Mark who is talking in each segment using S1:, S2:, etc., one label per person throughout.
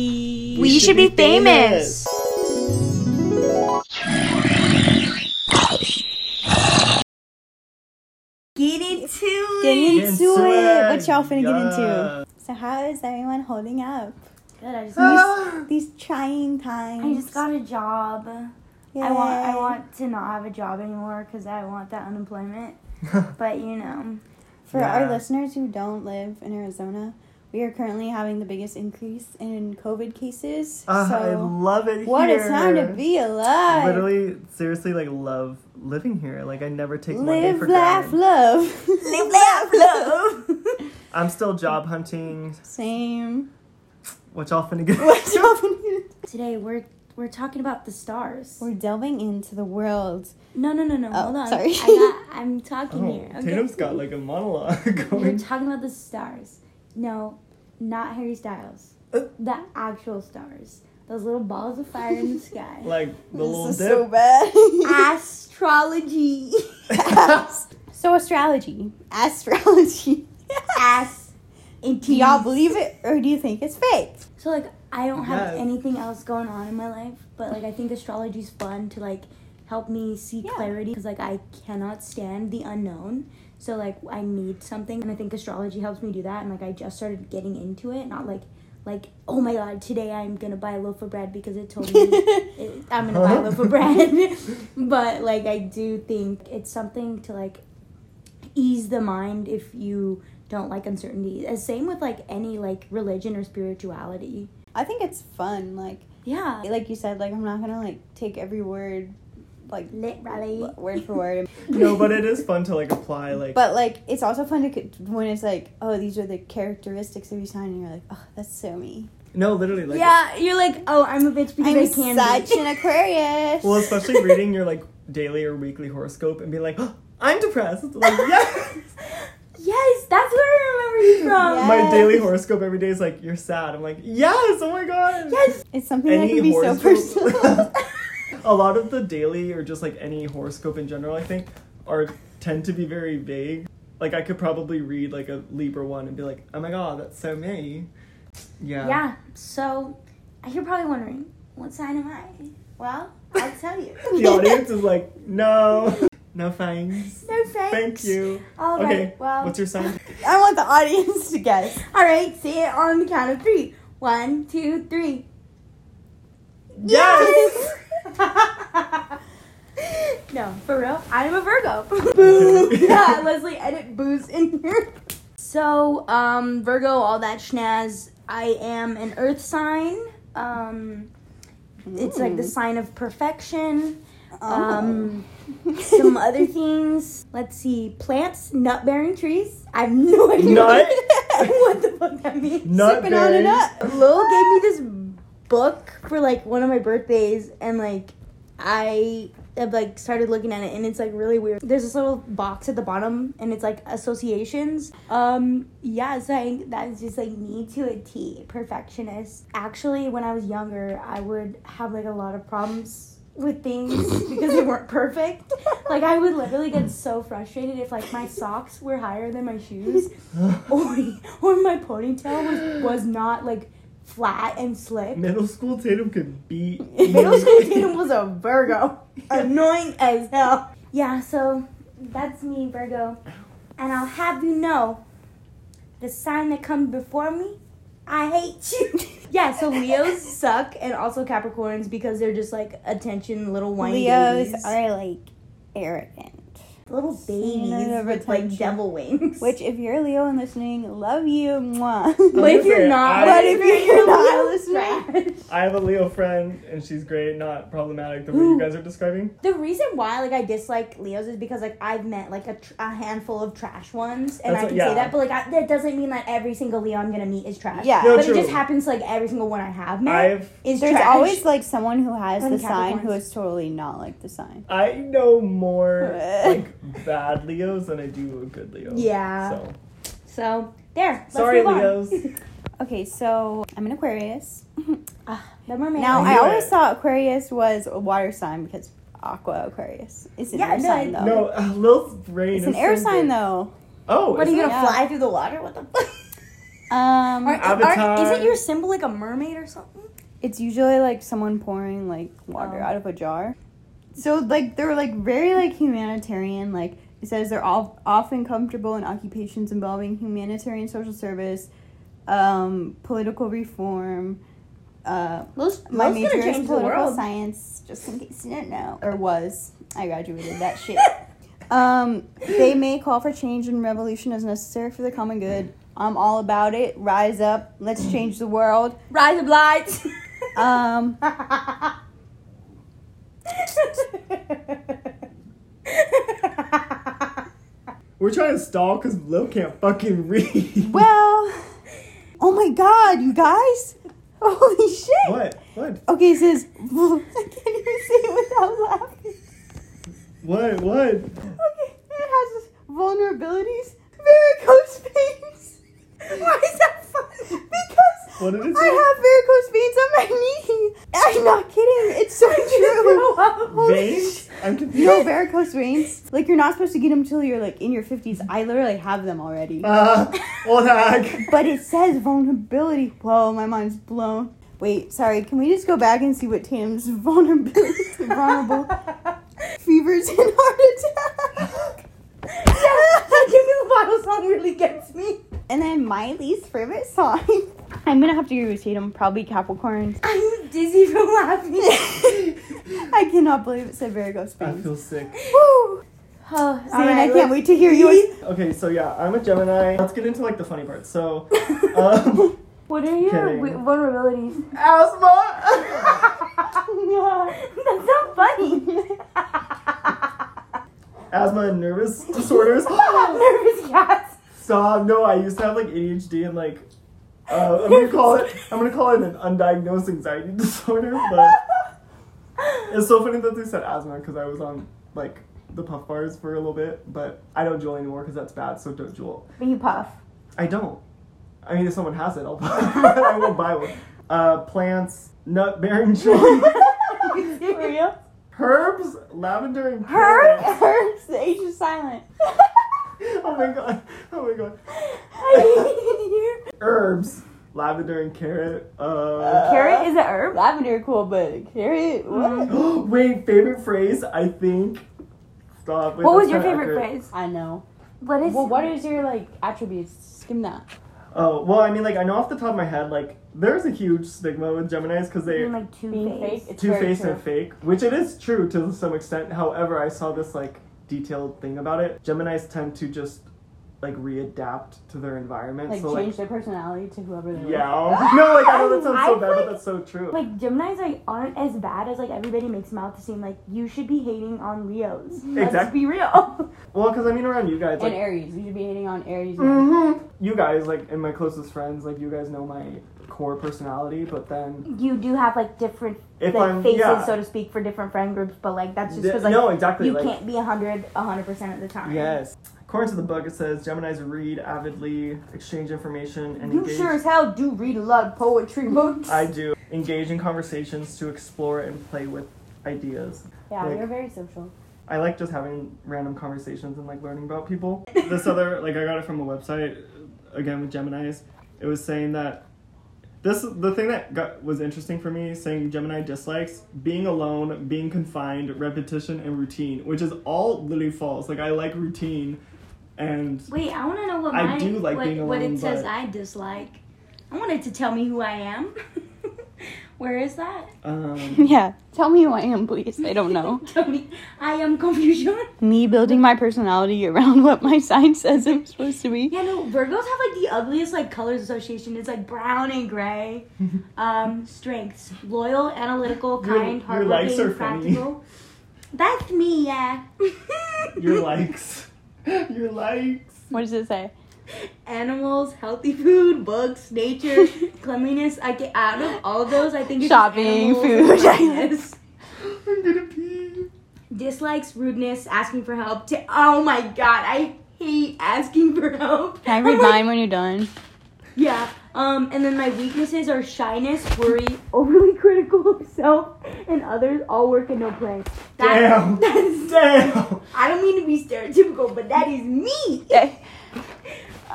S1: We,
S2: We should be famous.
S1: Get into
S3: Get
S1: it.
S3: into
S4: Into
S3: it.
S4: it.
S3: What y'all finna get
S4: Yeah.
S3: into? So how is everyone holding up?
S2: Good. I just,
S4: Um,
S3: These trying times.
S2: I just got a job. I want I want to not have a job anymore because I want that unemployment. but you know,
S3: For
S4: Yeah.
S3: our listeners who don't live in Arizona, we are currently having the biggest increase in COVID cases.
S4: Ah, I
S3: so
S4: love it
S3: what
S4: here.
S3: a time to be alive!
S4: Literally, seriously, like love living here. Like I never take one day
S3: live,
S4: for
S3: laugh,
S4: granted.
S3: love.
S2: live, laugh, love.
S4: I'm still job hunting.
S3: Same.
S4: What y'all finna get?
S3: What's happening?
S2: Today we're we're talking about the stars.
S3: We're delving into the world.
S2: No, no, no, no.
S3: Oh,
S2: hold on.
S3: sorry.
S2: I got, I'm talking
S4: Oh,
S2: here. Okay.
S4: Tatum's got like a monologue
S2: We're
S4: going.
S2: talking about the stars. No, not Harry Styles.
S4: Uh.
S2: The actual stars. Those little balls of fire in the sky.
S4: Like the little
S3: this is
S4: dip.
S3: so bad.
S2: Ah, Astrology.
S3: so astrology, astrology.
S2: Ast.
S3: do y'all believe it or do you think it's fake?
S2: So like I don't have
S4: Yes.
S2: anything else going on in my life, but like I think astrology's fun to like help me see
S3: Yeah.
S2: clarity because like I cannot stand the unknown. So like I need something, and I think astrology helps me do that. And like I just started getting into it, not like like oh my god, today I'm gonna buy a loaf of bread because it told me it, I'm gonna buy a
S4: Uh-huh.
S2: loaf of bread. but like I do think it's something to like ease the mind if you don't like uncertainty. As same with like any like religion or spirituality.
S3: I think it's fun. Like,
S2: Yeah.
S3: like you said, like I'm not gonna like take every word, like
S2: Literally.
S3: w- word for word.
S4: no, but it is fun to like apply. Like
S3: But like, it's also fun to c- when it's like, oh, these are the characteristics of your sign, and you're like, oh, that's so me.
S4: no, literally. Like,
S2: yeah, you're like, oh, I'm a bitch because
S3: I'm
S2: I can
S3: such
S2: be.
S3: an Aquarius.
S4: Well, especially reading your like daily or weekly horoscope and being like, "Oh, I'm depressed. Like, yes.
S2: yes, that's where I remember you from.
S3: Yeah.
S4: My
S3: Yes.
S4: daily horoscope every day is like, you're sad. I'm like, yes. Oh my god.
S2: Yes.
S3: it's something that can be so personal.
S4: a lot of the daily or just like any horoscope in general, I think, are tend to be very vague. Like I could probably read like a Libra one and be like, oh my god, that's so me. Yeah.
S2: Yeah. So, you're probably wondering, what sign am I? Well, I'll tell you.
S4: The audience is like, no, no thanks.
S2: no thanks.
S4: Thank you.
S2: All right.
S4: okay.
S2: Well,
S4: What's your sign?
S3: I want the audience to guess.
S2: all right. Say it on the count of three. One, two, three.
S4: Yes.
S2: no, for real, I'm a Virgo.
S4: Okay.
S2: yeah, Leslie, edit booze in here. So, um, Virgo, all that schnaz. I am an Earth sign. Um, it's like the sign of perfection.
S3: Oh.
S2: Um, some other things. Let's see, plants, nut-bearing trees. I have no idea
S4: Nut?
S2: what the fuck that means.
S4: Not
S3: Sipping on
S4: very-
S3: it up.
S2: Lil gave me this book for like one of my birthdays, and like I have like started looking at it, and it's like really weird. There's this little box at the bottom, and it's like associations. Um, yeah, so I, that's just like me to a T, perfectionist. Actually, when I was younger, I would have like a lot of problems with things because they weren't perfect. Like I would literally get so frustrated if like my socks were higher than my shoes or, or my ponytail was, was not like flat and slick.
S4: Middle school Tatum could be
S2: Middle school Tatum was a Virgo. Annoying as hell. Yeah, so that's me, Virgo. And I'll have you know the sign that comes before me, I hate you. yeah, so Leos suck and also Capricorns because they're just like attention little whiny
S3: Leos
S2: babies.
S3: are like arrogant.
S2: little babies
S3: of
S2: with like
S3: attention.
S2: devil wings.
S3: Which, if you're Leo and listening, love you. Mwah.
S2: but if you're
S4: Listen, I-
S2: not,
S3: But if you're not
S2: listening,
S4: I have a Leo friend and she's great, not problematic the way
S2: Ooh.
S4: you guys are describing.
S2: The reason why like I dislike Leos is because like I've met like a, tr- a handful of trash ones, and
S4: That's
S2: I
S4: what-
S2: can
S4: yeah.
S2: say that, but like I, that doesn't mean that every single Leo I'm gonna meet is trash.
S3: Yeah.
S4: No,
S2: but it
S4: true.
S2: just happens like every single one I have met
S4: I've
S2: is
S3: There's
S2: trash.
S3: always like someone who has
S2: And
S3: the sign who
S2: Capricorns.
S3: is totally not like the sign.
S4: I know more
S3: Uh.
S4: like bad Leos than I do a good Leo.
S2: Yeah.
S4: So
S2: so there. Let's
S4: sorry,
S2: move on.
S4: Leos.
S3: Okay, so I'm an Aquarius.
S2: The mermaid.
S3: Now,
S4: I
S3: I
S4: knew
S3: always
S4: it.
S3: thought Aquarius was a water sign because Aqua Aquarius. It's an
S2: Yeah,
S3: air
S2: no,
S3: sign,
S2: I-
S3: though.
S4: no, uh, Lil's brain.
S3: it's an
S4: is
S3: air
S4: so
S3: sign,
S4: good.
S3: though.
S4: Oh,
S2: what are
S4: is
S2: you
S4: it?
S2: gonna
S3: Yeah.
S2: fly through the water? What the fuck?
S5: Aren't-
S3: Um,
S5: aren't-
S4: Avatar.
S5: isn't your symbol like a mermaid or something?
S3: It's usually like someone pouring like water
S5: Oh.
S3: out of a jar. So like they're like very like humanitarian. Like it says they're all often comfortable in occupations involving humanitarian social service, um, political reform. Uh,
S5: Those,
S3: my
S5: those
S3: major
S5: gonna
S3: is
S5: change the
S3: political
S5: world.
S3: science, just in case you didn't know, or was. I graduated that shit. Um, they may call for change and revolution as necessary for the common good. I'm all about it. Rise up. Let's change the world.
S5: Rise of lights.
S3: Um,
S4: We're trying to stall because Lil can't fucking read.
S3: well, oh my god, you guys! Holy shit!
S4: What? What?
S3: Okay, it says, I can't even say it without laughing.
S4: What? What?
S3: Okay, it has vulnerabilities, varicose veins. Why is that funny? Because
S4: What did it
S3: I
S4: say?
S3: have varicose veins on my knee. I'm not kidding. It's so true. Holy
S4: Veins? I'm confused.
S3: You know varicose veins? Like you're not supposed to get them till you're like in your fifties. I literally have them already.
S4: Uh, old hack.
S3: But it says vulnerability. Whoa, my mind's blown. Wait, sorry. Can we just go back and see what Tam's vulnerability, vulnerable fevers and heart attack?
S5: the bottle song really gets me.
S3: and then my least favorite song. I'm gonna have to agree with Tatum. Probably Capricorn.
S5: I'm dizzy from laughing.
S3: I cannot believe it said varicose
S4: I
S3: veins.
S4: feel sick.
S5: oh,
S3: Woo! See, and I can't wait to hear yours.
S4: Okay, so yeah, I'm a Gemini. Let's get into like the funny part. So, um,
S5: What are your
S4: Kidding.
S5: wi- vulnerabilities?
S4: asthma.
S5: That's not funny.
S4: asthma and nervous disorders.
S5: Nervous cats.
S4: Stop. No, I used to have like ADHD and like. Uh, I'm gonna call it. I'm gonna call it an undiagnosed anxiety disorder, but it's so funny that they said asthma because I was on like the puff bars for a little bit, but I don't jewel anymore because that's bad. So don't jewel.
S3: You puff.
S4: I don't. I mean, if someone has it, I'll buy. but I won't buy one. Uh, plants, nut bearing joints,
S5: For real?
S4: herbs, lavender, and
S3: Her,
S4: carrot.
S3: hers, the H is silent.
S4: Oh my god! Oh my god!
S3: I hate it here.
S4: Herbs, lavender, and carrot. uh
S5: Carrot is a herb.
S3: Lavender, cool, but carrot, what?
S4: Wait, favorite phrase? I think. Stop. Wait,
S5: What was
S4: that's
S5: your
S4: kinda
S5: favorite
S4: accurate.
S5: phrase?
S3: I know.
S5: What is?
S3: Well, what is your like attributes? Skim that.
S4: Oh well, I mean, like I know off the top of my head, like there's a huge stigma with Gemini's because
S5: You
S4: they
S5: mean, Mm, like two
S3: Being fake.
S5: face?
S3: It's
S4: two
S3: very
S4: faced
S3: true.
S4: and fake, which it is true to some extent. However, I saw this like detailed thing about it. Gemini's tend to just like readapt to their environment.
S3: Like
S4: so like
S3: change their personality to whoever they
S4: yeah, no, like I know that sounds so
S5: I
S4: bad,
S5: like-
S4: but that's so true.
S5: Like Gemini's like aren't as bad as like everybody makes them out to seem. Like you should be hating on Leos. Let's
S4: Exactly.
S5: be real.
S4: well, because I mean, around you guys,
S3: And
S4: like
S3: Aries. You should be hating on Aries.
S4: mhm. you guys, like and my closest friends, like you guys know my core personality, but then.
S5: you do have like different
S4: If
S5: like,
S4: I'm-
S5: faces,
S4: yeah.
S5: so to speak, for different friend groups. But like that's just
S4: Th-
S5: because like
S4: no, exactly.
S5: you
S4: like,
S5: can't be 100 100 percent of the time.
S4: Yes. According to the book, it says Gemini's read avidly, exchange information, and
S5: You
S4: engage.
S5: sure as hell do read a lot of poetry books.
S4: I do engage in conversations to explore and play with ideas.
S3: Yeah,
S4: Like-
S3: you're very social.
S4: I like just having random conversations and like learning about people. this other like I got it from a website again with Gemini's. It was saying that this the thing that got was interesting for me saying Gemini dislikes being alone, being confined, repetition and routine, which is all literally false. Like I like routine and
S2: Wait, I want to know what
S4: I
S2: my,
S4: do like
S2: what,
S4: being
S2: what
S4: alone,
S2: it says
S4: but-
S2: I dislike. I wanted to tell me who I am. Where is that?
S4: um
S3: Mm, Yeah. Tell me who I am, please. I don't know.
S2: Tell me, I am confusion.
S3: me building my personality around what my sign says I'm supposed to be.
S2: Yeah, no, Virgos have like the ugliest like colors association. It's like brown and gray. um, strengths: loyal, analytical,
S4: Your-
S2: kind,
S4: your likes
S2: hardworking,
S4: are funny.
S2: practical. That's me, yeah.
S4: your likes. Your likes.
S3: What does it say?
S2: Animals, healthy food, books, nature, cleanliness. I get out of all those. I think it's just
S3: Shopping,
S2: animals and
S3: food.
S2: cleanliness.
S4: I'm gonna pee.
S2: dislikes rudeness, asking for help. To oh my god, I hate asking for help. Oh
S3: Can I read
S2: I'm like-
S3: mine when you're done?
S2: Yeah. Um, and then my weaknesses are shyness, worry, overly critical of self and others, all work and no play. That,
S4: Damn.
S2: That's,
S4: Damn.
S2: I don't mean to be stereotypical, but that is me.
S3: Yeah.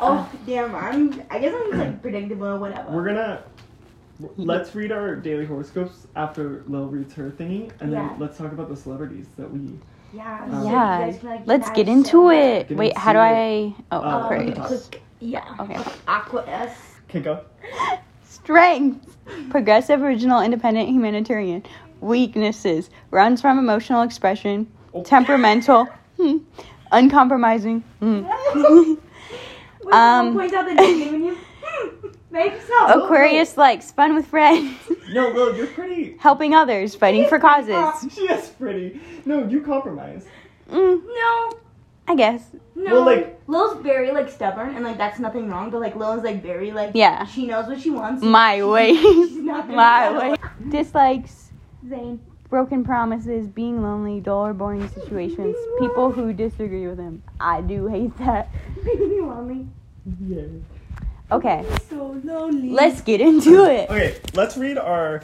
S2: Oh damn! I'm. I guess I'm just like predictable or whatever.
S4: We're gonna let's read our daily horoscopes after Lil reads her thingy, and
S2: Yeah.
S4: then let's talk about the celebrities that we.
S2: yeah.
S4: Um,
S2: so you
S3: Yeah,
S2: guys can, like,
S3: Let's
S2: guys
S3: get into
S2: show-
S3: it.
S4: Get
S3: Wait,
S4: into
S3: how do I?
S4: Uh,
S3: Oh,
S2: Um,
S3: Aquarius.
S2: click- yeah.
S3: Okay.
S2: Aqua S.
S4: Kick up.
S3: Strengths: progressive, original, independent, humanitarian. Weaknesses: runs from emotional expression,
S4: Oh.
S3: temperamental, hmm, uncompromising. hmm.
S2: Wait, um,
S3: Um,
S2: point out the name and you. Maybe so.
S3: Aquarius likes fun with friends,
S4: No, Lil, you're pretty.
S3: helping others, fighting for causes.
S4: She is pretty. No, you compromise.
S3: Mm,
S2: No.
S3: I guess.
S2: No.
S4: Well, like-
S2: Lil's very like stubborn and like that's nothing wrong, but like Lil's like very like
S3: Yeah.
S2: She knows what she wants.
S3: My way.
S2: She's not gonna
S3: My
S2: settle.
S3: way. Dislikes.
S2: Zane.
S3: broken promises, being lonely, dull or boring situations, people who disagree with him. I do hate that.
S2: Baby lonely.
S4: Yeah.
S3: Okay,
S2: So lonely.
S3: let's get into it.
S4: Okay, let's read our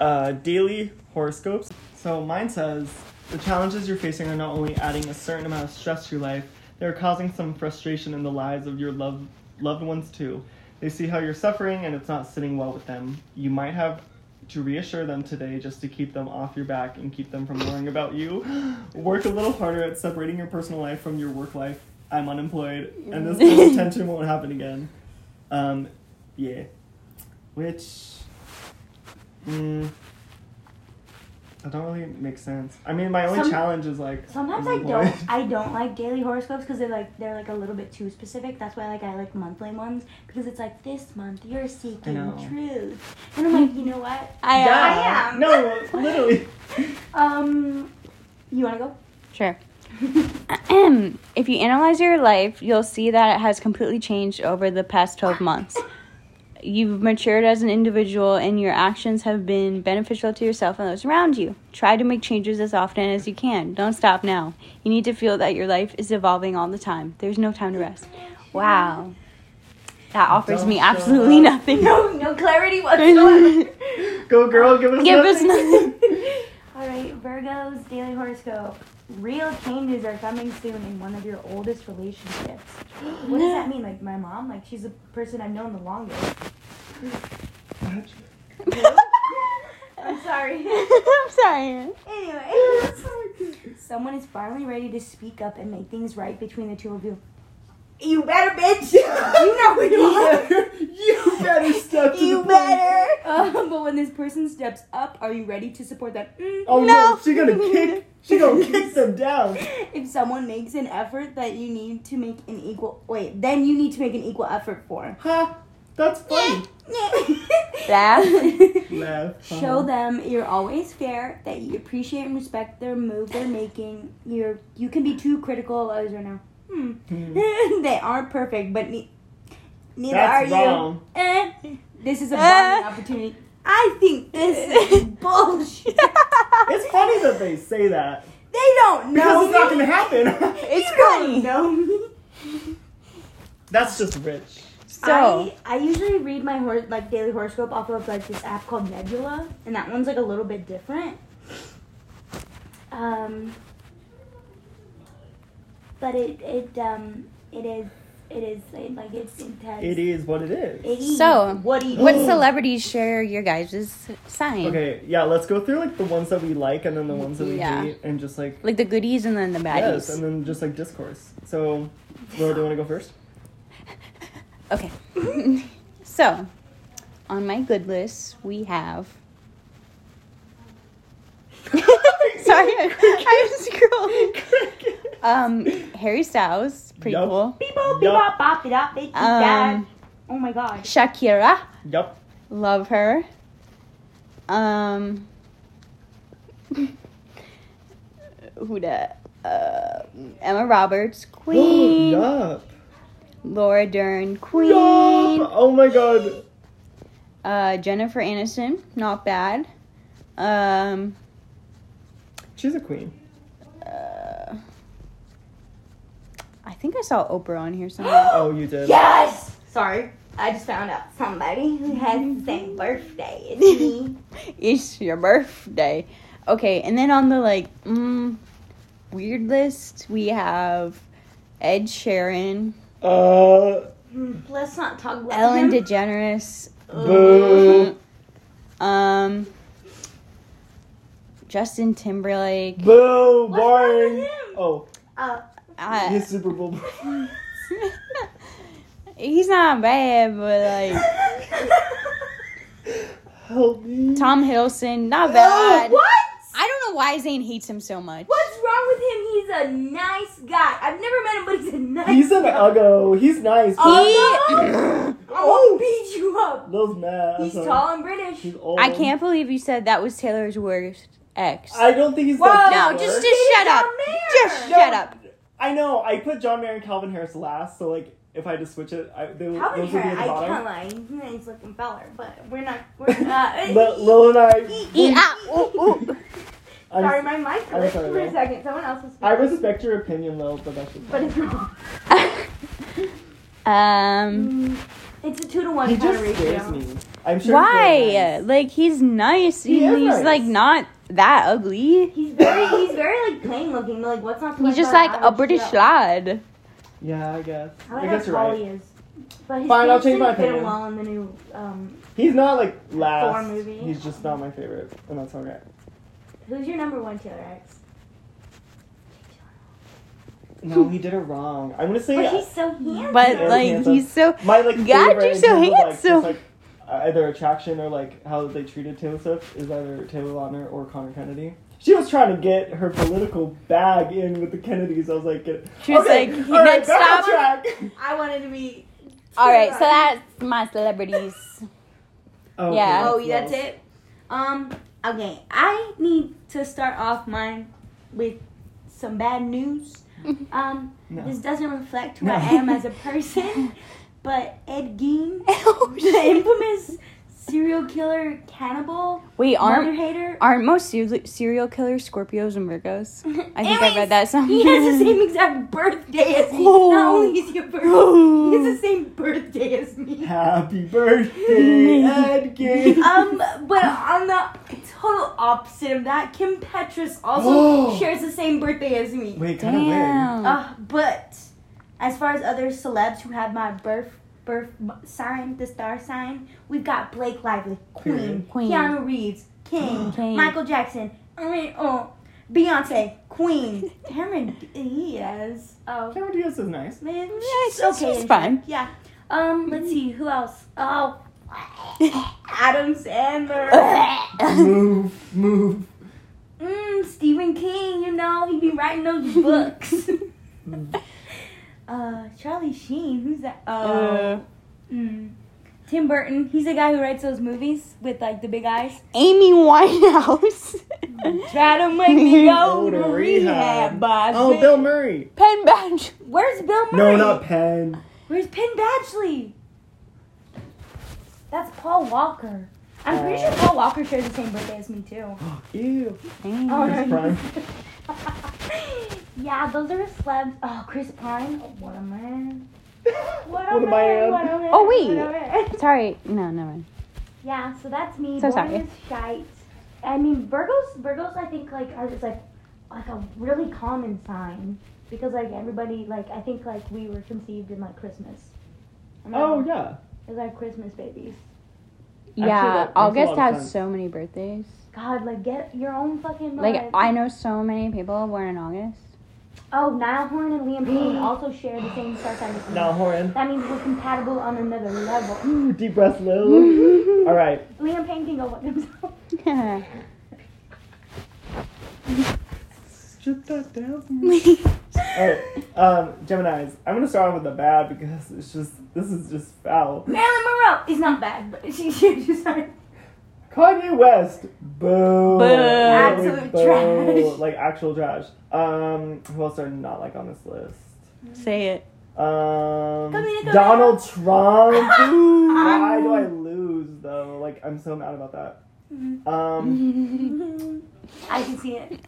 S4: uh, daily horoscopes. So mine says the challenges you're facing are not only adding a certain amount of stress to your life, they're causing some frustration in the lives of your loved loved ones too. They see how you're suffering and it's not sitting well with them. You might have to reassure them today just to keep them off your back and keep them from worrying about you. Work a little harder at separating your personal life from your work life. I'm unemployed, and this kind of tension won't happen again. Um, yeah. Which. Mm, that don't really make sense. I mean, my only
S2: Some-
S4: challenge is like.
S2: Sometimes I don't. I don't like daily horoscopes because they're like they're like a little bit too specific. That's why like I like monthly ones because it's like this month you're seeking
S4: know.
S2: truth, and I'm like, you know what?
S3: I uh, am.
S2: I am.
S4: No, literally.
S2: Um, you wanna go?
S3: Sure. Ahem. if you analyze your life, you'll see that it has completely changed over the past 12 months. You've matured as an individual and your actions have been beneficial to yourself and those around you. Try to make changes as often as you can. Don't stop now. You need to feel that your life is evolving all the time. There's no time to rest. Wow. That offers me
S4: Don't shut
S3: absolutely
S4: up.
S3: nothing.
S2: No, no clarity whatsoever.
S4: Go, girl, give us
S3: Give
S4: nothing.
S3: us nothing.
S2: All right, Virgo's daily horoscope. Real changes are coming soon in one of your oldest relationships. What does that mean? Like my mom? Like she's the person I've known the longest. I'm sorry.
S3: I'm sorry.
S2: Anyways, someone is finally ready to speak up and make things right between the two of you. You better, bitch. you know who you are.
S4: you better step to the plate.
S2: Um, but when this person steps up, are you ready to support them? Mm.
S4: Oh no. she gonna kick. She gonna kick them down.
S2: If someone makes an effort that you need to make an equal wait, then you need to make an equal effort for.
S4: Ha! That's funny.
S3: Laugh.
S4: Laugh. huh?
S2: Show them you're always fair, that you appreciate and respect their move they're making. You're you can be too critical of others right now. Hmm.
S4: Hmm.
S2: they aren't perfect, but ne- neither
S4: That's
S2: are
S4: wrong.
S2: you. Eh, this is a bonding opportunity. I think this is bullshit.
S4: It's funny that they say that
S2: They don't
S4: because
S2: know
S4: it's not
S2: me.
S4: gonna happen.
S3: It's
S2: You
S3: funny.
S2: don't know me.
S4: That's just rich.
S3: So,
S2: I, I usually read my hor- like daily horoscope off of like this app called Nebula, and that one's like a little bit different. Um, but it it um it is it is like it's intense.
S4: It is what it is.
S3: So,
S2: what do you
S3: what celebrities share your guys' sign?
S4: Oh. Okay, yeah, let's go through like the ones that we like and then the ones that we
S3: Yeah.
S4: hate and just like
S3: Like the goodies and then the baddies.
S4: yes, and then just like discourse. So, Laura, do you want to go first?
S3: Okay. so, on my good list, we have. Sorry, I, I'm scrolling. Um, Harry Styles, pretty
S4: Yup.
S3: cool.
S2: Beep boop, beep
S4: Yup.
S2: bop, bop, it up, it
S3: Um,
S2: Oh my gosh.
S3: Shakira,
S4: Yup.
S3: love her. Um, who that? Uh, Emma Roberts, Queen.
S4: yup.
S3: Laura Dern, Queen.
S4: Yup. Oh my god.
S3: Uh, Jennifer Aniston, not bad. Um,
S4: She's a queen.
S3: uh, I think I saw Oprah on here somewhere.
S4: Oh, you did.
S2: Yes! Sorry, I just found out somebody who has the same birthday as me.
S3: it's your birthday. Okay, and then on the like mm, weird list, we have Ed Sheeran,
S4: Uh,
S2: Let's not talk about
S3: Ellen
S2: him.
S3: DeGeneres.
S2: Uh,
S4: Boo.
S3: Um, Justin Timberlake.
S4: Boo.
S2: What's wrong with
S4: Boring.
S2: him?
S4: Oh,
S2: Uh,
S3: I-
S4: his Super Bowl.
S3: he's not bad, but like
S4: Help me.
S3: Tom Hiddleston, not bad.
S2: what?
S3: I don't know why Zayn hates him so much.
S2: What's wrong with him? He's a nice guy. I've never met him, but he's a nice.
S4: He's an
S2: guy.
S4: uggo. He's nice.
S3: He,
S2: Oh, I will beat you up.
S4: Those mad.
S2: He's tall and
S4: Oh!
S2: British.
S4: He's old.
S3: I can't believe you said that was Taylor's worst ex.
S4: I don't think he's
S2: Whoa,
S4: that.
S3: no,
S4: popular.
S3: just just shut up. Just
S4: No,
S3: shut up.
S4: I know. I put John Mayer and Calvin Harris last, so like if I had to switch it, I, they, would-
S2: Calvin
S4: those would be at
S2: Harris,
S4: the
S2: I
S4: bottom.
S2: can't lie. He's a nice looking feller, but we're not. We're uh, not.
S4: But Lil and I,
S3: Eat out. Oow, oow.
S4: I'm,
S2: sorry, my mic
S4: I'm
S2: glitched
S4: sorry,
S2: for a
S4: Lil.
S2: second. Someone else was speaking.
S4: I respect your opinion though, but that's just
S2: but it's wrong.
S3: um,
S2: Mm, It's a two to one
S4: he
S2: kind
S4: just
S2: of
S4: scares
S2: ratio.
S4: me. I'm sure. he's really
S3: why?
S4: nice.
S3: Like he's nice.
S4: He
S3: and
S4: is
S3: he's
S4: nice.
S3: like not that ugly.
S2: He's very, he's very like plain looking. Like, what's
S4: Oh
S2: not? to
S3: He's just
S2: about
S3: like
S2: an
S3: a
S2: average
S3: British
S2: Joe?
S3: lad.
S4: Yeah, I guess.
S2: I
S4: I,
S2: like
S4: guess
S2: how
S4: you're
S2: tall
S4: right.
S2: he is. But his
S4: Fine, I'll
S2: face
S4: change my
S2: didn't fit him
S4: opinion.
S2: well in the new. Um,
S4: He's not like last.
S2: Thor movie.
S4: He's just not my favorite, and that's alright.
S2: who's your number one Taylor X?
S4: No, he did it wrong. I'm gonna say
S2: But he's so handsome.
S3: But
S4: Yeah,
S3: like
S4: handsome.
S3: he's so
S4: my like
S3: God,
S4: favorite
S3: you're
S4: in
S3: so
S4: terms of, like,
S3: handsome.
S4: just, like, uh, either attraction or like how they treated Taylor Swift is either Taylor Lautner or Connor Kennedy. She was trying to get her political bag in with the Kennedys. I was like, get-
S3: She was
S4: okay,
S3: like,
S4: all right,
S3: "Next
S4: back on
S3: stop."
S4: track.
S2: I wanted to be.
S3: all right. So that's my celebrities.
S4: Oh,
S3: Yeah.
S2: Oh,
S4: okay,
S2: that's
S4: well,
S2: it. Um. Okay, I need to start off mine with some bad news. Um,
S4: No.
S2: this doesn't reflect who I
S4: No.
S2: am as a person, but Ed Gein,
S3: Oh,
S2: the infamous serial killer, cannibal,
S3: Wait,
S2: murder
S3: aren't
S2: hater.
S3: aren't most ser- serial killers Scorpios and Virgos? I think I
S2: Anyways,
S3: read that somewhere.
S2: He has the same exact birthday as me. Not
S3: Oh.
S2: only is he a birthday, he has the same birthday as me.
S4: Happy birthday, Ed Gein.
S3: Oh,
S2: Um, but on the total opposite of that, Kim Petras also shares the same birthday as me.
S4: Wait, kind of weird.
S3: Damn.
S2: Uh, but as far as other celebs who have my birth birth b- sign, the star sign, we've got Blake Lively, Queen,
S4: Queen.
S3: Queen.
S2: Keanu Reeves, King,
S3: King.
S2: Michael Jackson, I mean, oh, Beyonce, Queen, Cameron Diaz. Oh,
S4: Cameron Diaz is nice.
S2: man,
S3: Yeah,
S2: she's
S3: she's-
S2: okay.
S3: she's
S2: in
S3: fine.
S2: fact, Yeah. Um, let's see who else. Oh, Adam Sandler.
S4: move, move.
S2: mm, Stephen King, you know, he be writing those books. uh, Charlie Sheen, who's that? Oh.
S3: Uh,
S2: mm. Tim Burton, he's the guy who writes those movies with like the big eyes.
S3: Amy Winehouse.
S2: Try to make me
S4: Go
S3: Oh,
S2: go
S4: to
S2: to rehab,
S4: rehab.
S2: boss.
S4: Oh, Bill Murray.
S3: Pen badge.
S2: Where's Bill
S4: No,
S2: Murray?
S4: not Penn.
S2: Where's Penn Badgley? That's Paul Walker. I'm pretty
S4: Uh.
S2: sure Paul Walker shares the same birthday as me too.
S4: Ew.
S2: Oh,
S4: Chris Pine.
S2: yeah, those are celebs. Oh, Chris Pine. Oh, what a man. What a
S4: What a
S2: man.
S4: man.
S2: What a man.
S3: Oh, wait.
S2: What a man.
S3: Sorry. No, never mind.
S2: Yeah, so that's me.
S3: So
S2: Born
S3: sorry.
S2: is shite. I mean, Virgos. Virgos, I think like are just like like a really common sign because like everybody like I think like we were conceived in like Christmas. And, like,
S4: Oh yeah.
S2: it's like Christmas babies.
S3: Yeah,
S4: that makes a lot
S3: August
S4: of
S3: has
S4: sense.
S3: so many birthdays.
S2: God, like get your own fucking.
S3: Like
S2: mind.
S3: I know so many people born in August.
S2: Oh, Niall Horn and Liam Payne also share the same star sign. as me.
S4: Now Horan.
S2: That means we're compatible on another level.
S4: Ooh, deep breath, Lil. All right.
S2: Liam Payne can go fuck himself.
S4: Strip that down. All right, um, Gemini's. I'm gonna start off with the bad because it's just this is just foul.
S2: Marilyn Monroe is not bad, but she she just started.
S4: Kanye West, boo,
S2: Absolute trash.
S4: like actual trash. Um, who else are not like on this list?
S3: Say it.
S4: Um,
S2: Come here, Um. come
S4: Donald Trump. Ooh, Why do I lose though? Like I'm so mad about that.
S2: Mm-hmm.
S4: Um,
S2: I can see it.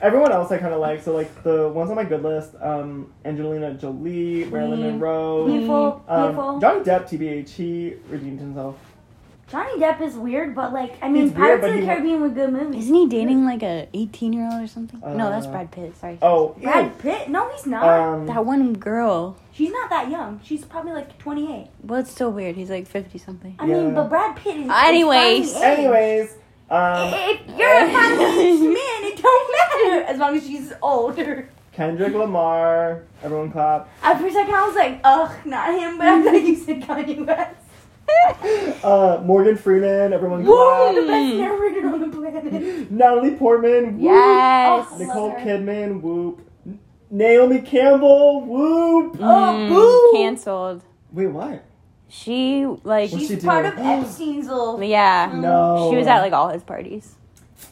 S4: everyone else I kind of like. So like the ones on my good list, um, Angelina
S2: Mm-hmm.
S4: Jolie, Marilyn Monroe.
S2: Beautiful,
S4: Um,
S2: beautiful.
S4: Johnny Depp, TBH, he redeemed himself.
S2: Johnny Depp is weird, but like I mean,
S4: He's weird,
S2: Pirates
S4: but
S2: of the
S4: he-
S2: Caribbean were good movies.
S3: Isn't he dating like a 18 year old or something? no, that's
S4: Uh,
S3: Brad Pitt. Sorry.
S4: Oh, ew.
S2: Brad Pitt? No, he's not.
S4: Um,
S3: that one girl.
S2: She's not that young. She's probably like 28.
S3: Well, it's still weird. He's like 50 something.
S2: I
S4: Yeah.
S2: mean, but Brad Pitt is. is
S3: Anyways.
S2: finally aged.
S4: anyways, um,
S2: If you're a finally aged man, it don't matter as long as she's older.
S4: Kendrick Lamar. Everyone clap.
S2: At first, I was like, ugh, not him, but I thought you said Kanye West.
S4: Uh, Morgan Freeman. Everyone
S2: Woo,
S4: clap.
S2: the best narrator on the planet.
S4: Natalie Portman. Whoop.
S3: Yes.
S2: Oh,
S4: Nicole
S2: Love her.
S4: Kidman. Whoop. N- Naomi Campbell. Whoop.
S3: Mm,
S2: Oh, boo.
S3: Canceled.
S4: Wait, what?
S3: She like
S4: What's
S2: She's
S4: she do?
S2: part of Epstein's little.
S3: yeah.
S4: No.
S3: She was at like all his parties.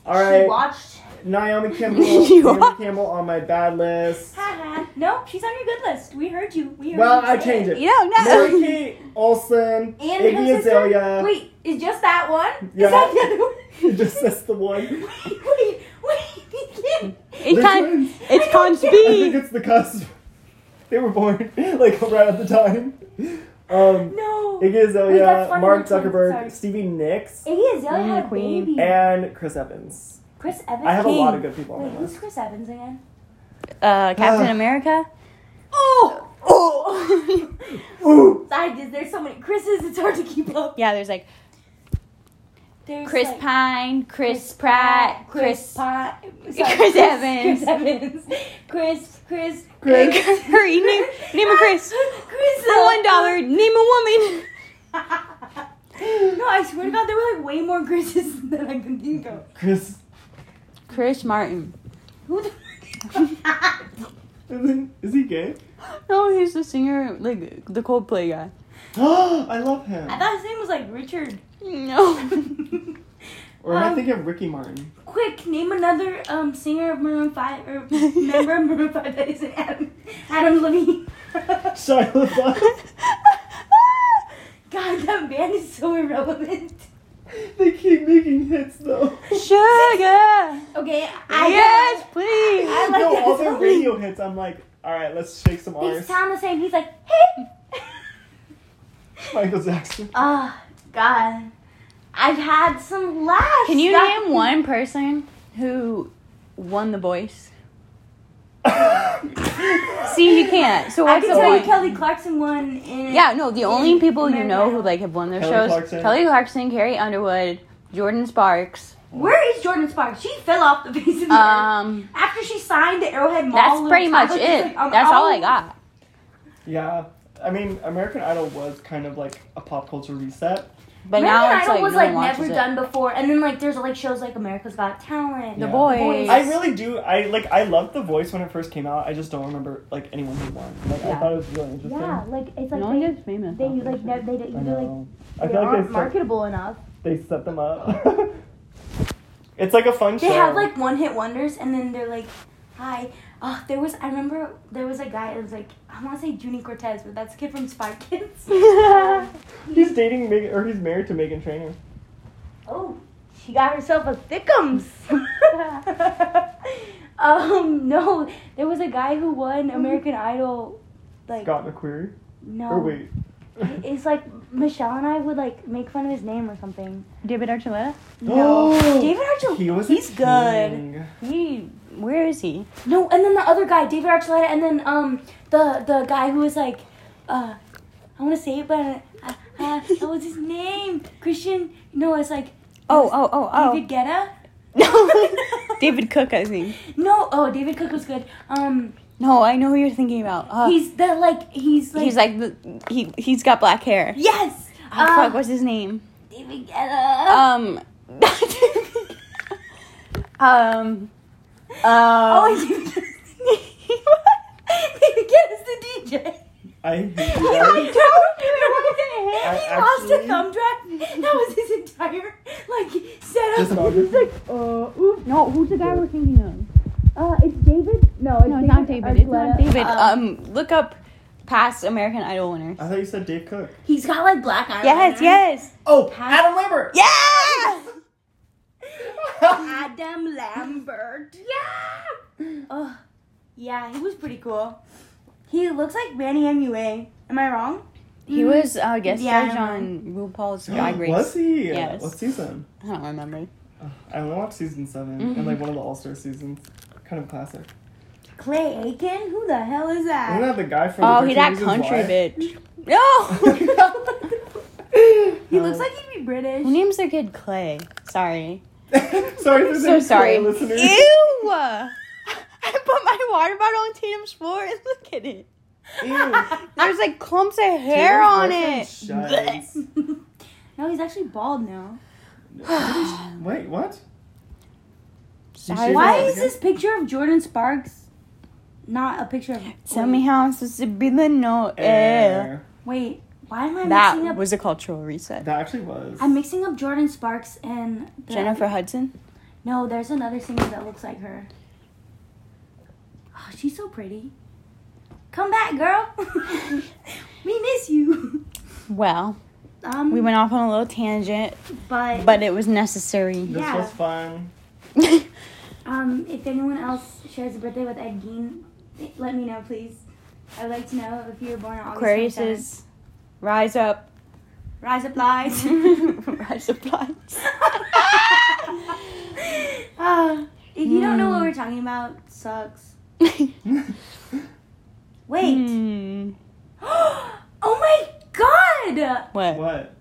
S4: All right.
S2: Mm. She watched.
S4: Naomi Campbell.
S3: You
S4: Naomi
S3: watched-
S4: Campbell on my bad list.
S2: Haha. No, she's on your good list. We heard you. We heard
S4: Well,
S2: you
S4: I
S2: say
S4: changed it.
S3: You don't
S4: Mary
S3: know.
S4: Kate Olsen.
S2: And
S4: Iggy
S2: her sister?
S4: Azalea.
S2: Wait, is just that one?
S4: Yeah.
S2: Is that the other one?
S4: It just says the one.
S2: Wait, wait, wait. yeah.
S3: It
S4: They're
S3: con-
S4: twins.
S3: it's con
S4: I think it's the cusp. They were born like right at the time. Um,
S2: No.
S4: Iggy
S2: Wait, that's
S4: Azalea,
S2: funny,
S4: uh, Mark
S2: that's funny,
S4: Zuckerberg,
S2: sorry.
S4: Stevie Nicks,
S2: Iggy Azalea
S3: Mm,
S2: had a
S3: queen.
S2: baby.
S4: and Chris Evans.
S2: Chris Evans.
S4: I have a
S3: King.
S4: lot of good people on
S2: Wait,
S4: my
S2: who's
S4: list.
S2: Chris Evans again?
S3: Uh, Captain
S4: Ugh.
S3: America.
S2: Oh,
S3: Oh.
S4: Ooh,
S2: I did. There's so many Chris's. It's hard to keep up.
S3: yeah. There's like
S2: There's
S3: Chris
S2: like,
S3: Pine, Chris Pratt, Chris.
S2: Pine.
S3: Chris Evans.
S2: Chris Evans. Chris. Chris.
S4: Chris.
S3: Her name, name of Chris.
S2: Chris.
S3: For one dollar, name a woman.
S2: no, I swear to God, there were like way more Chris's than I can think of.
S4: Chris.
S3: Chris Martin.
S2: Who the?
S4: Isn't, is he gay?
S3: No, Oh, he's the singer, like the Coldplay guy.
S4: I love him.
S2: I thought his name was like Richard.
S3: No.
S4: Or am I
S2: um,
S4: thinking of Ricky Martin?
S2: Quick, name another um singer of Maroon Five or member of Maroon Five that isn't Adam Adam Levine. God,
S4: Shia LaBeouf.
S2: that band is so irrelevant.
S4: they keep making hits though.
S3: Sugar.
S2: Okay, I
S3: Yes, please.
S2: I like
S4: no,
S2: that
S4: all their
S2: song.
S4: radio hits. I'm like, all right, let's shake some
S2: They
S4: R's.
S2: sound the same. He's like, hey.
S4: Michael Jackson.
S2: Oh God, I've had some laughs.
S3: Can you
S2: That-
S3: name one person who won The Voice? See, you can't. So
S2: I
S3: what's
S2: can
S3: the
S2: tell
S3: point?
S2: you Kelly Clarkson won. In
S3: yeah, no. The only people you
S2: America.
S3: know who like have won their
S4: Kelly
S3: shows:
S4: Clarkson.
S3: Kelly Clarkson, Carrie Underwood, Jordan Sparks.
S2: Where is Jordan Sparks? She fell off the face of the earth.
S3: Um,
S2: After she signed the Arrowhead Mall.
S3: that's
S2: little
S3: pretty much
S2: college,
S3: it.
S2: like, um,
S3: That's all I
S2: oh,
S3: got.
S4: Yeah, I mean, American Idol was kind of like a pop culture reset.
S3: But
S2: American
S3: now it's
S2: Idol
S3: like
S2: was
S3: no
S2: like
S3: one watches
S2: never
S3: it.
S2: done before, and then like there's like shows like America's Got Talent.
S3: The
S4: Yeah.
S3: Voice.
S2: Voice.
S4: I really do. I like. I loved The Voice when it first came out. I just don't remember like anyone who won. Like I
S3: Yeah.
S4: thought it was really interesting.
S2: Yeah, like it's like
S3: no one
S2: they,
S3: gets famous.
S2: they
S3: off
S2: like
S3: that
S2: ne- they
S4: I
S2: don't they, like
S4: know. I
S2: they
S4: feel like
S2: aren't
S4: they set,
S2: marketable enough.
S4: they set them up. it's like a fun
S2: They
S4: show.
S2: have like one hit wonders, and then they're like, "Hi." Oh, there was I remember there was a guy. It was like I want to say Junie Cortez, but that's a kid from Spy Kids.
S3: shit.
S4: he's dating Megan, or he's married to Megan Trainor.
S2: Oh, she got herself a thickums. um, no, there was a guy who won American Idol. Like
S4: Scott McQuarrie.
S2: no,
S4: Or wait,
S2: it's like Michelle and I would like make fun of his name or something.
S3: David Archuleta.
S2: No,
S4: Oh.
S2: David Archuleta.
S4: he was.
S3: He's
S4: a
S3: good.
S4: king.
S3: He, where is he?
S2: No, and then the other guy, David Archuleta, and then um the the guy who was like, uh, I want to say it, but uh, uh, what was his name? Christian? No, it's like
S3: Oh, oh, oh, oh.
S2: David Guetta.
S3: No, David Cook, I think.
S2: No, oh, David Cook was good. Um,
S3: No, I know who you're thinking about. Uh,
S2: he's the like he's like
S3: he's like the, he he's got black hair.
S2: yes.
S3: Oh,
S2: Uh,
S3: fuck, what's his name?
S2: David Guetta.
S3: Um, um,
S2: oh,
S3: uh,
S2: David David Guetta's the DJ.
S4: I hate
S2: He
S4: that.
S2: lost, he
S4: I
S2: lost a
S4: actually-
S2: thumb drive. That was his entire like setup.
S4: Discography.
S3: no, who's the guy we're thinking of?
S2: Uh, it's David. No, it's
S3: No, it's not David. It's not David. Um, look up past American Idol winners.
S4: I thought you said Dave Cook.
S2: He's got like black eyes.
S3: Yes, yes,
S4: Oh, Adam Lambert.
S3: yeah.
S2: Adam Lambert. Yeah. Oh, yeah. He was pretty cool. He looks like Manny MUA. Am I wrong?
S3: He was uh, guest
S2: Yeah, I
S3: judge on RuPaul's Drag Race.
S4: Was he?
S3: Yes.
S4: What season?
S3: I don't remember.
S4: Ugh, I only watched season 7 and
S3: Mm-hmm.
S4: like one of the All Star seasons. Kind of classic.
S2: Mm, Clay Aiken? Who the hell is that?
S4: Isn't that the guy from?
S3: Oh,
S4: 13
S3: he that
S4: Reasons
S3: country
S4: Why?
S3: bitch. No.
S2: He looks like he'd be British.
S3: Who names their kid Clay? Sorry.
S4: sorry for the
S3: So sorry.
S4: listeners.
S3: Ew! I put my water bottle on Tatum's floor and look at it.
S4: Ew.
S3: There's like clumps of hair on it.
S4: Taylor's boyfriend shines.
S2: No, he's actually bald now.
S4: Wait, what?
S3: Sorry.
S2: Why is this picture of Jordan Sparks not a picture of?
S3: Tell me how I'm supposed to be the no air.
S4: Air.
S2: Wait, why am I mixing
S3: That
S2: up?
S3: was a cultural reset.
S4: That actually was.
S2: I'm mixing up Jordan Sparks and the,
S3: Jennifer Hudson.
S2: No, there's another singer that looks like her. Oh, she's so pretty. Come back, girl. we miss you.
S3: Well,
S2: Um,
S3: we went off on a little tangent,
S2: but,
S3: but it was necessary.
S4: this
S2: yeah.
S4: was fun.
S2: um, if anyone else shares a birthday with Ed Gein, let me know, please. I'd like to know if you were born on August.
S3: Aquarius
S2: 27th.
S3: is rise up.
S2: rise up, lies.
S3: rise up, lights.
S2: Ah, if you don't know
S3: Hmm.
S2: what we're talking about, sucks. Wait.
S3: Hmm.
S2: oh my god!
S3: What?
S4: What?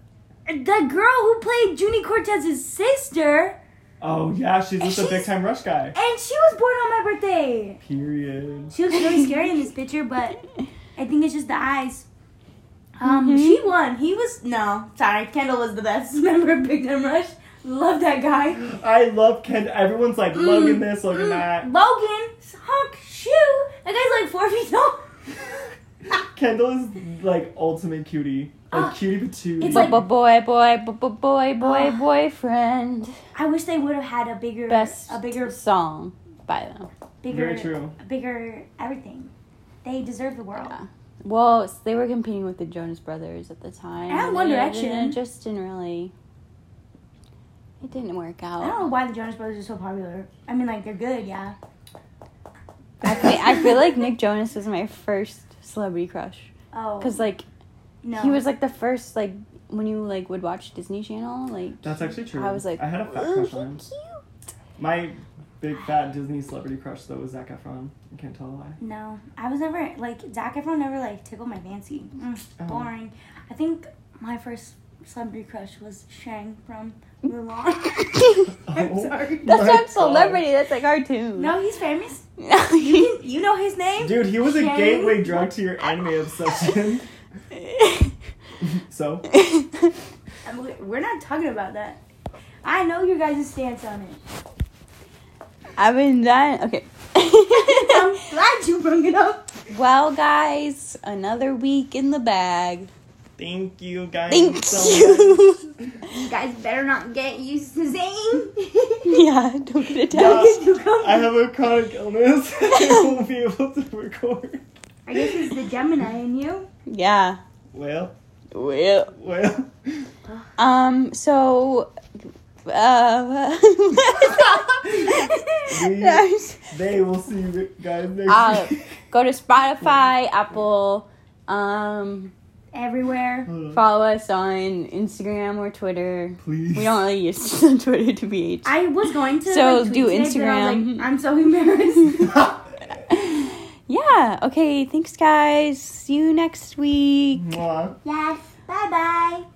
S2: The girl who played Junie Cortez's sister,
S4: Oh yeah, she's with the
S2: She's-
S4: big time rush guy.
S2: and she was born on my birthday.
S4: Period.
S2: She looks really scary in this picture, but I think it's just the eyes. Um,
S3: Hmm? Mm-hmm.
S2: she won. He was no, sorry. Kendall was the best member of Big Time Rush. Love that guy. Mm,
S4: I love Ken. Everyone's like
S3: Mm-hmm.
S4: Logan this, Logan that.
S2: Logan, honk, shoe. That guy's like four feet tall.
S4: Kendall is like ultimate cutie,
S3: Ah,
S4: like cutie E. patootie.
S2: It's
S3: Boy,
S2: like-
S3: boy, boy, boy, boy, boy, boyfriend.
S2: I wish they would have had a bigger,
S3: Best
S2: a bigger,
S3: song by them.
S2: bigger,
S4: very true.
S2: a bigger everything. They deserve the world.
S3: Yeah. Well, s- they were competing with the Jonas Brothers at the time.
S2: And One
S3: it-
S2: Direction.
S3: and It just didn't really. It didn't work
S2: I don't
S3: out.
S2: know why the Jonas Brothers are so popular. I mean, like they're good, yeah.
S3: I feel, I feel like Nick Jonas was my first celebrity crush
S2: Oh,
S3: because like
S2: no,
S3: he was like the first like when you like would watch Disney Channel like
S4: That's actually true.
S3: I was like
S4: I had a fat
S3: "Ooh,
S4: crush
S3: so
S4: on him.
S3: cute.
S4: My big fat Disney celebrity crush though was Zac Efron. I can't tell a lie.
S2: no. I was never like Zac Efron never like tickled my fancy. Mm,
S4: Oh.
S2: Boring. I think my first celebrity crush was Shang from Mulan.
S4: I'm sorry.
S3: That's not celebrity. That's a cartoon.
S2: no, he's famous.
S3: No.
S2: You know his name.
S4: Dude, he was a
S2: Shame.
S4: gateway drug to your anime obsession. So
S2: I'm- We're not talking about that. I know your guys' stance on it.
S3: I've been dying.
S2: I'm
S3: Okay.
S2: glad you bring it up.
S3: well, guys, another week in the bag.
S4: thank you guys.
S3: Thank
S4: so much.
S3: you.
S2: You guys better not get used to Zane.
S3: yeah, don't get
S4: Don't
S3: attached.
S4: I have a chronic illness. I won't be able to record.
S2: I guess it's the Gemini in you.
S3: Yeah.
S4: Well,
S3: Well.
S4: well.
S3: Um. So. Uh,
S4: We, they will see you guys next
S3: uh,
S4: week.
S3: go to Spotify, Apple. Um,
S2: Everywhere.
S3: follow us on Instagram or Twitter.
S4: Please.
S3: We don't really use Twitter to be H.
S2: I was going to
S3: So,
S2: like, tweet
S3: do
S2: today, but I was
S3: Instagram.
S2: like, I'm so embarrassed.
S3: Yeah. Okay. Thanks, guys. See you next week.
S4: Mwah.
S2: yes. Bye bye.